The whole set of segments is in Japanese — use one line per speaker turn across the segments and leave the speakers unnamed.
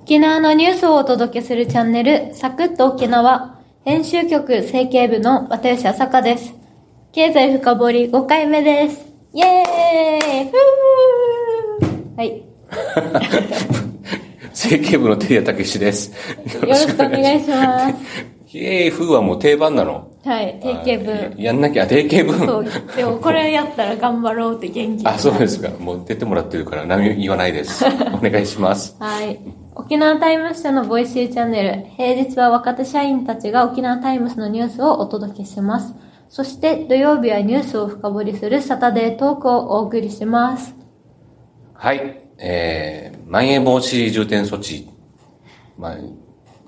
沖縄のニュースをお届けするチャンネル、サクッと沖縄、編集局整形部の又吉朝香です。経済深掘り5回目です。イェーイふーはい。
整形部のテリアたけしです。よ
よろしくお願いします。
す。イエーイ、風はもう定番なの。
はい、定型
あ
文。
やんなきゃ、定型文。
そう、でもこれやったら頑張ろうって元気。
あ、そうですか。もう出てもらってるから何も言わな いです。お願いします。
はい。沖縄タイムス社のボイシーチャンネル。平日は若手社員たちが沖縄タイムスのニュースをお届けします。そして土曜日はニュースを深掘りするサタデートークをお送りします。
はい。えー、まん延防止重点措置、まあ、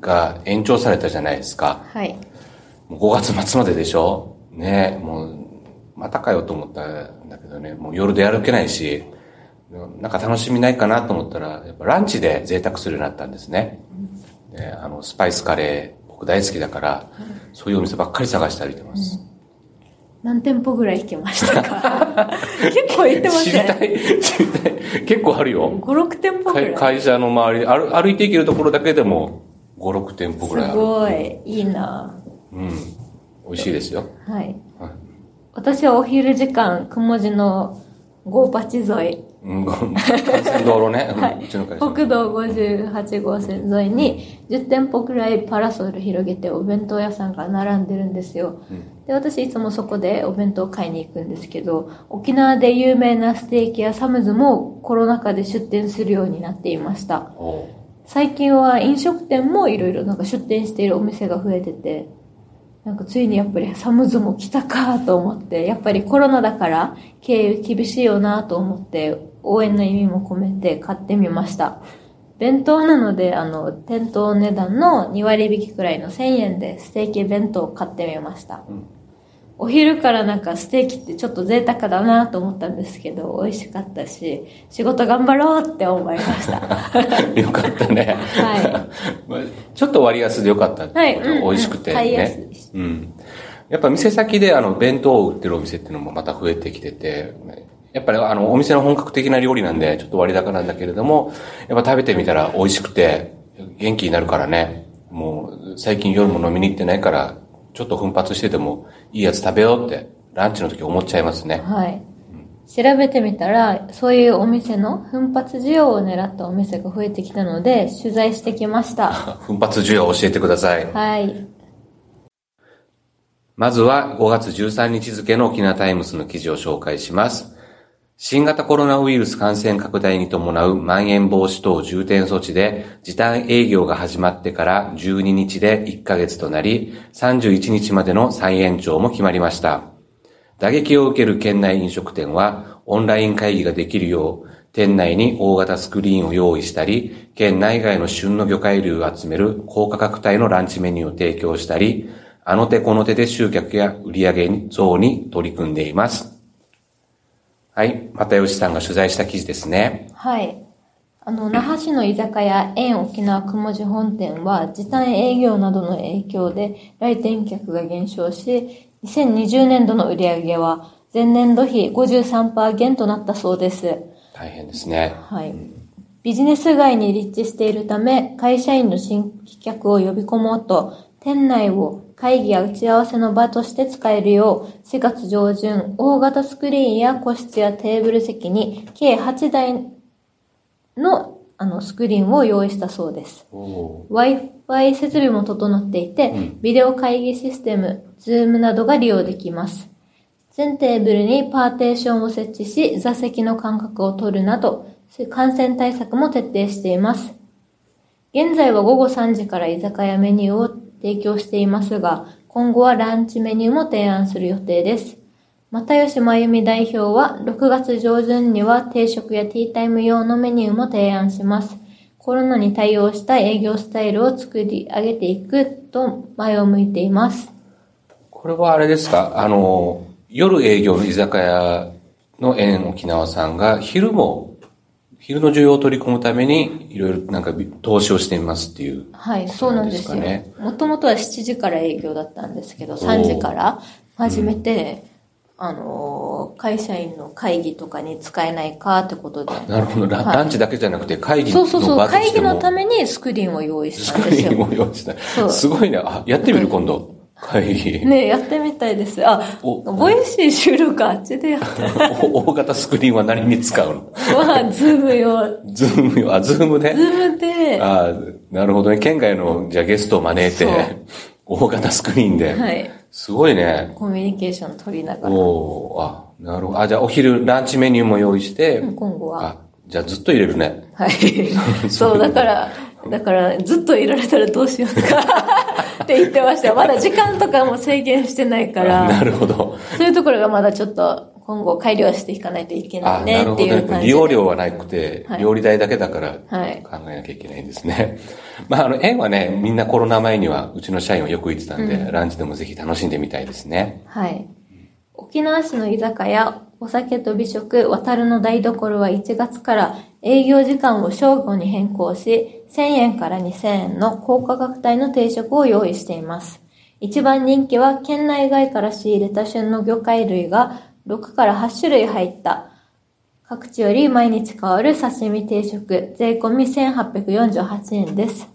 が延長されたじゃないですか。
はい。
もう5月末まででしょねえ、もう、またかよと思ったんだけどね、もう夜で歩けないし、なんか楽しみないかなと思ったら、やっぱランチで贅沢するようになったんですね。であの、スパイスカレー、僕大好きだから、そういうお店ばっかり探して歩いてます。
何店舗ぐらい行きましたか 結構行ってま
知
し
り
た
た
ね。
い、知りたい。結構ある
5、
よ。
6店舗ぐ
会
らい。
会社の周りで歩、歩いていけるところだけでも、5、6店舗
す
ぐらいある。
ごい、いいな
うん。美味しいですよ。
はい。
はい
私はお昼時間、くもじのゴーパチ沿い、
うん、ごめん幹線道路ね。うん
はいう
ちの会社。
国道58号線沿いに10店舗くらいパラソル広げてお弁当屋さんが並んでるんですよ。で、私いつもそこでお弁当を買いに行くんですけど、沖縄で有名なステーキ屋サムズもコロナ禍で出店するようになっていました。
おう
最近は飲食店もいろいろなんか出店しているお店が増えてて、なんかついにやっぱりサムズも来たかと思って、やっぱりコロナだから経営厳しいよなと思って、応援の意味も込めて買ってみました。弁当なので、あの、店頭値段の2割引きくらいの1000円でステーキ弁当を買ってみました。
うん
お昼からなんかステーキってちょっと贅沢だなと思ったんですけど、美味しかったし、仕事頑張ろうって思いました。
よかったね。
は
まあちょっと割安でよかったって
はい
こと、
うんうん
美味しくて
買いやす
ね
いし。
うん。やっぱ店先であの弁当を売ってるお店っていうのもまた増えてきてて、やっぱりあのお店の本格的な料理なんでちょっと割高なんだけれども、やっぱ食べてみたら美味しくて元気になるからね。もう最近夜も飲みに行ってないから、ちょっと奮発しててもいいやつ食べようってランチの時思っちゃいますね。
はい。調べてみたら、そういうお店の奮発需要を狙ったお店が増えてきたので、取材してきま した。
奮発需要教えてください。
はい。
まずは5月13日付の沖縄タイムスの記事を紹介します。新型コロナウイルス感染拡大に伴うまん延防止等重点措置で時短営業が始まってから12日で1ヶ月となり、31日までの再延長も決まりました。打撃を受ける県内飲食店は、オンライン会議ができるよう、店内に大型スクリーンを用意したり、県内外の旬の魚介類を集める高価格帯のランチメニューを提供したり、あの手この手で集客や売上増に取り組んでいます。はい。又吉さんが取材した記事ですね。
はい。あの、那覇市の居酒屋、縁沖縄くもじ本店は、時短営業などの影響で来店客が減少し、2020年度の売り上げは、前年度比53%減となったそうです。
大変ですね。
はい。ビジネス街に立地しているため、会社員の新規客を呼び込もうと、店内を会議や打ち合わせの場として使えるよう、4月上旬、大型スクリーンや個室やテーブル席に、計8台のあのスクリーンを用意したそうです。Wi-Fi 設備も整っていて、ビデオ会議システム、Zoom などが利用できます。全テーブルにパーテーションを設置し、座席の間隔を取るなど、感染対策も徹底しています。現在は午後3時から居酒屋メニューを提供していますが、今後はランチメニューも提案する予定です。又吉真由美代表は、6月上旬には定食やティータイム用のメニューも提案します。コロナに対応した営業スタイルを作り上げていくと前を向いています。
これはあれですかあの、夜営業の居酒屋の縁沖縄さんが昼も、昼の需要を取り込むために、いろいろなんかび投資をしていますっていう。
はい、そうなんです
そう
よ
です。
もともとは7時から営業だったんですけど、3時から始めて、あのー会社員の会議とかに使えないかってことで。
なるほど。ラ
はい
ランチだけじゃなくて会議
そう
の
そうそ
場
う。
と
会
し
議
て
の
も
ためにスクリーンを用意し
ス
たん
ク
で
リ
す
ーン
よ。
を用意し
そ
た。
う
すごいな。あ、やってみる今度。会議。
ねやってみたいです。あ、
お
ボイシー収録あっちでやった。
お大型スクリーンは何に使うの
は、ズーム用。
ズームよ。あ、ズーム
ズ
ね。
ームで、は
あなるほどね。県外の、じゃあゲストを招いて
そう、
大型スクリーンで。
い。
すごいね。
コミュニケーション取りながら、
おおあ、なるほど。あ、じゃあお昼ランチメニューも用意して、
今後は。
あ、じゃあずっと入れるね。
はい。そう、だから、だから、ずっといられたらどうしようとか、 って言ってましたよ。まだ時間とかも制限してないか
あな
ら、
るほど。
そういうところがまだちょっと、今後改良していかないといけな
あ、
い
な
ね
る
っ
ほ
て
ど
いう感じ
ね。
で。
利用料はなくて
は、い
料理代だけだから
はい
考えなきゃいけないんですね。 まあ、あの、縁はね、みんなコロナ前にはうちの社員はよく行ってたんで、ランチでもぜひ楽しんでみたいですね。
はい。沖縄市の居酒屋、お酒と美食、渡るの台所は1月から営業時間を正午に変更し、1000円から2000円の高価格帯の定食を用意しています。一番人気は県内外から仕入れた旬の魚介類が6から8種類入った各地より毎日変わる刺身定食、税込み1848円です。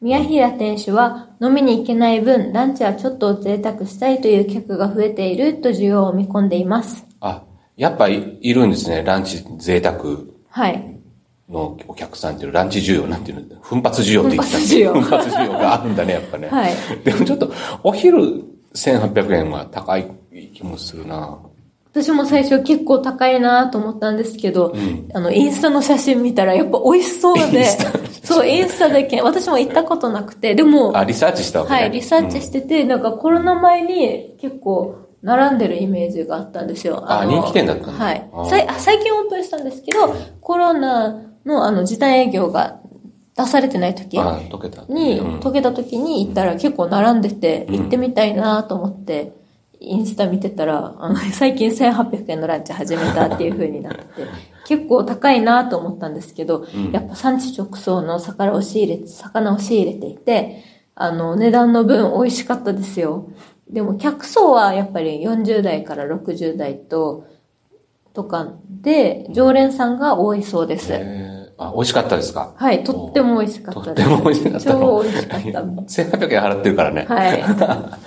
宮平店主は飲みに行けない分、ランチはちょっと贅沢したいという客が増えていると需要を見込んでいます。
あ、やっぱいいるんですね。ランチ贅沢
はい。
のお客さんっていう、ランチ需要なんていうの奮発需要って言ってた
奮発需要
奮発需要があるんだね、やっぱね。
はい。
でもちょっと、お昼1800円は高い気もするな
私も最初結構高いなと思ったんですけど、
ん
あの、インスタの写真見たらやっぱ美味しそう
イン
で
スタの写、真
そう、インスタでけん、私も行ったことなくて、でも、
あ、リサーチしたわけね。
はい、リサーチしてて、なんかコロナ前に結構並んでるイメージがあったんですよ。
あ
の
人気店だったんだ
はい
あー
さいあ最近オープンしたんですけど、コロナのあの時短営業が出されてない時
あ、溶けた。
に、
うん
溶けた時に行ったら結構並んでて、
うん
行ってみたいなと思って、インスタ見てたら、あの、 最近1800円のランチ始めたっていう風になってて、 結構高いなと思ったんですけど、
ん
やっぱ産地直送の魚を仕入れ、魚を仕入れていて、あの、値段の分美味しかったですよ。でも客層はやっぱり40代から60代と、とかで、常連さんが多いそうです。
えーあ、美味しかったですか
はい、とっても美味しか
と
っ
った
で
て
す。
も美味しかったの。
超美味しかった
1800円払ってるからね。
はい。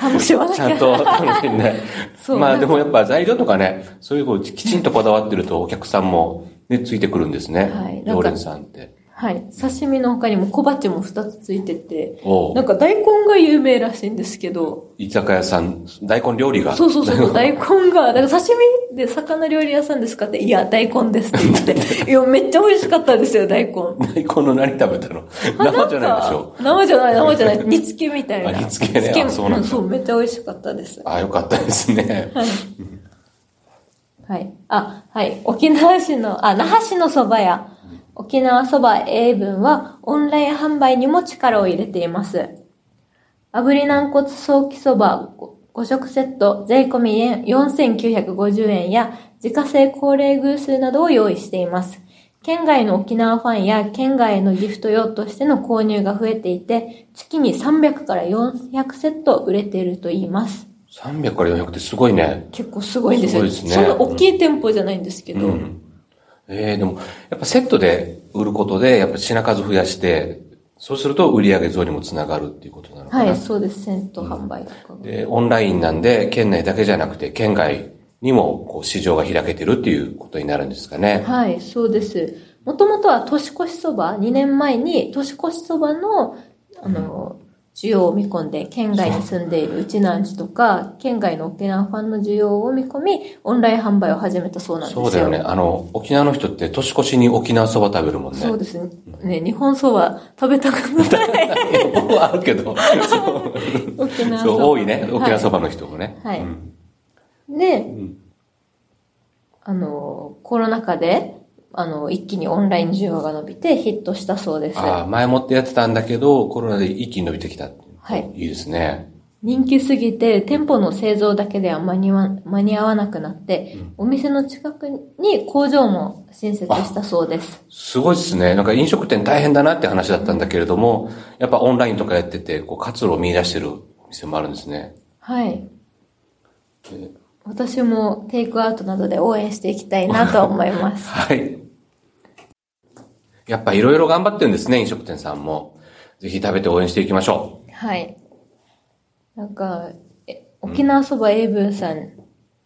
楽しまなき
ち
ゃ。
ゃんと楽しんで。
そう
まあでもやっぱ材料とかね、そういうこうきちんとこだわってるとお客さんもね、ついてくるんですね。
はいなん
常
か
連さんって。
はい。刺身の他にも小鉢も2つついてて、
おう
なんか大根が有名らしいんですけど、
居酒屋さん、大根料理が。
そうそうそう、大根が、だから刺身で魚料理屋さんですかって、いや、大根ですって言って、 いや、めっちゃ美味しかったですよ、大根。
大根の何食べたの生じゃないでしょ
あなんか生じゃない、生じゃない。煮付けみたい
あ
な。
煮付けねあそうなんだ
そう、めっちゃ美味しかったです。
あ、よかったですね。
はい。あ、はい。沖縄市の、あ、那覇市の蕎麦屋。沖縄蕎麦英文はオンライン販売にも力を入れています。炙り軟骨早期蕎麦5食セット税込み4950円や自家製高齢偶数などを用意しています。県外の沖縄ファンや県外へのギフト用としての購入が増えていて、月に300から400セット売れているといいます。
300から400ってすごいね。
結構すごいんですよ。
すごいですね
そんな大きい店舗じゃないんですけど。
うん。ええでも、やっぱセットで売ることで、やっぱ品数増やして、そうすると売り上げ増にもつながるっていうことなのか
は
な。
い、そうです。セント販売とかが。
で、オンラインなんで、県内だけじゃなくて、県外にも、こう、市場が開けてるっていうことになるんですかね。
はい、そうです。もともとは年越しそば、2年前に年越しそばの、あの、需要を見込んで、県外に住んでいるうちなんちとか、県外の沖縄ファンの需要を見込み、オンライン販売を始めたそうなんですよ。
そうだよね。あの、沖縄の人って年越しに沖縄そば食べるもんね。
そうですね。ね、日本そば食べたことない。
僕 はあるけど、そう
沖縄
そう
そば。
多いね。沖縄そ
ば。
ばの人もね。
はい
うん
で、
ん
あの、コロナ禍で、あの、一気にオンライン需要が伸びてヒットしたそうです。
ああ、前もってやってたんだけど、コロナで一気に伸びてきたってう。
はい
いいですね。
人気すぎて店舗の製造だけでは間に合わ間に合わなくなって、お店の近くに工場も新設したそうです。
すごいですね。なんか飲食店大変だなって話だったんだけれども、やっぱオンラインとかやってて、こう、活路を見出してるお店もあるんですね。
はい。私もテイクアウトなどで応援していきたいなと思いま す。
はい。やっぱいろいろ頑張ってるんですね、飲食店さんも。ぜひ食べて応援していきましょ
はい。なんか、え沖縄そば英文さん、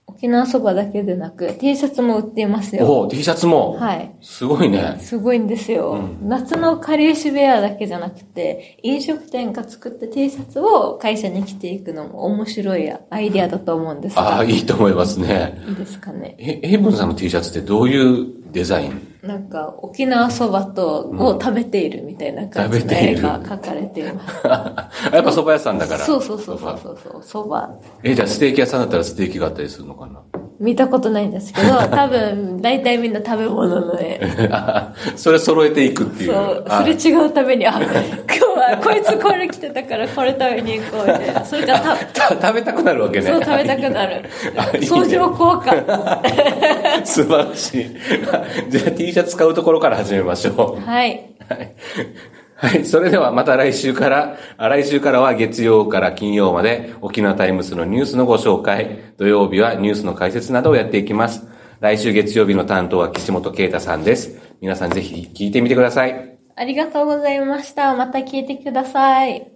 沖縄そばだけでなく T シャツも売っています
う。
よ。
おお、T シャツも。
はい。
すごいね。
すごいんですよ。夏のかりゆしベアだけじゃなくて、飲食店が作った T シャツを会社に着ていくのも面白いアイデアだと思うんです
あ
が、
あ、
い
いいと思いますね。
いですかね。
え、エイブンさんの T シャツってどういうデザイン
なんか、沖縄そばと、を食べているみたいな感じ
食
の
べてい
絵
る
が描かれています。
あやっぱ蕎麦屋さんだから。
そうそうそうそうそうそう、そば。
え、じゃあステーキ屋さんだったらステーキがあったりするのかな
見たことないんですけど、多分、大体みんな食べ物の絵。
あそれ揃えていくっていう。
そう、
あ
すれ違うために、あ、今日はこいつこれ着てたからこれ食べに行こうみたいな。それからた、
た食べたくなるわけね。
そう食べたくなる
あ。いいね
相乗効果。
素晴らしい。 じゃあ T シャツ買うところから始めましょ
はい。
う。はい。はい。それではまた来週から、あ来週からは月曜から金曜まで沖縄タイムスのニュースのご紹介、土曜日はニュースの解説などをやっていきます。来週月曜日の担当は岸本啓太さんです。皆さんぜひ聞いてみてください。
ありがとうございました。また聞いてください。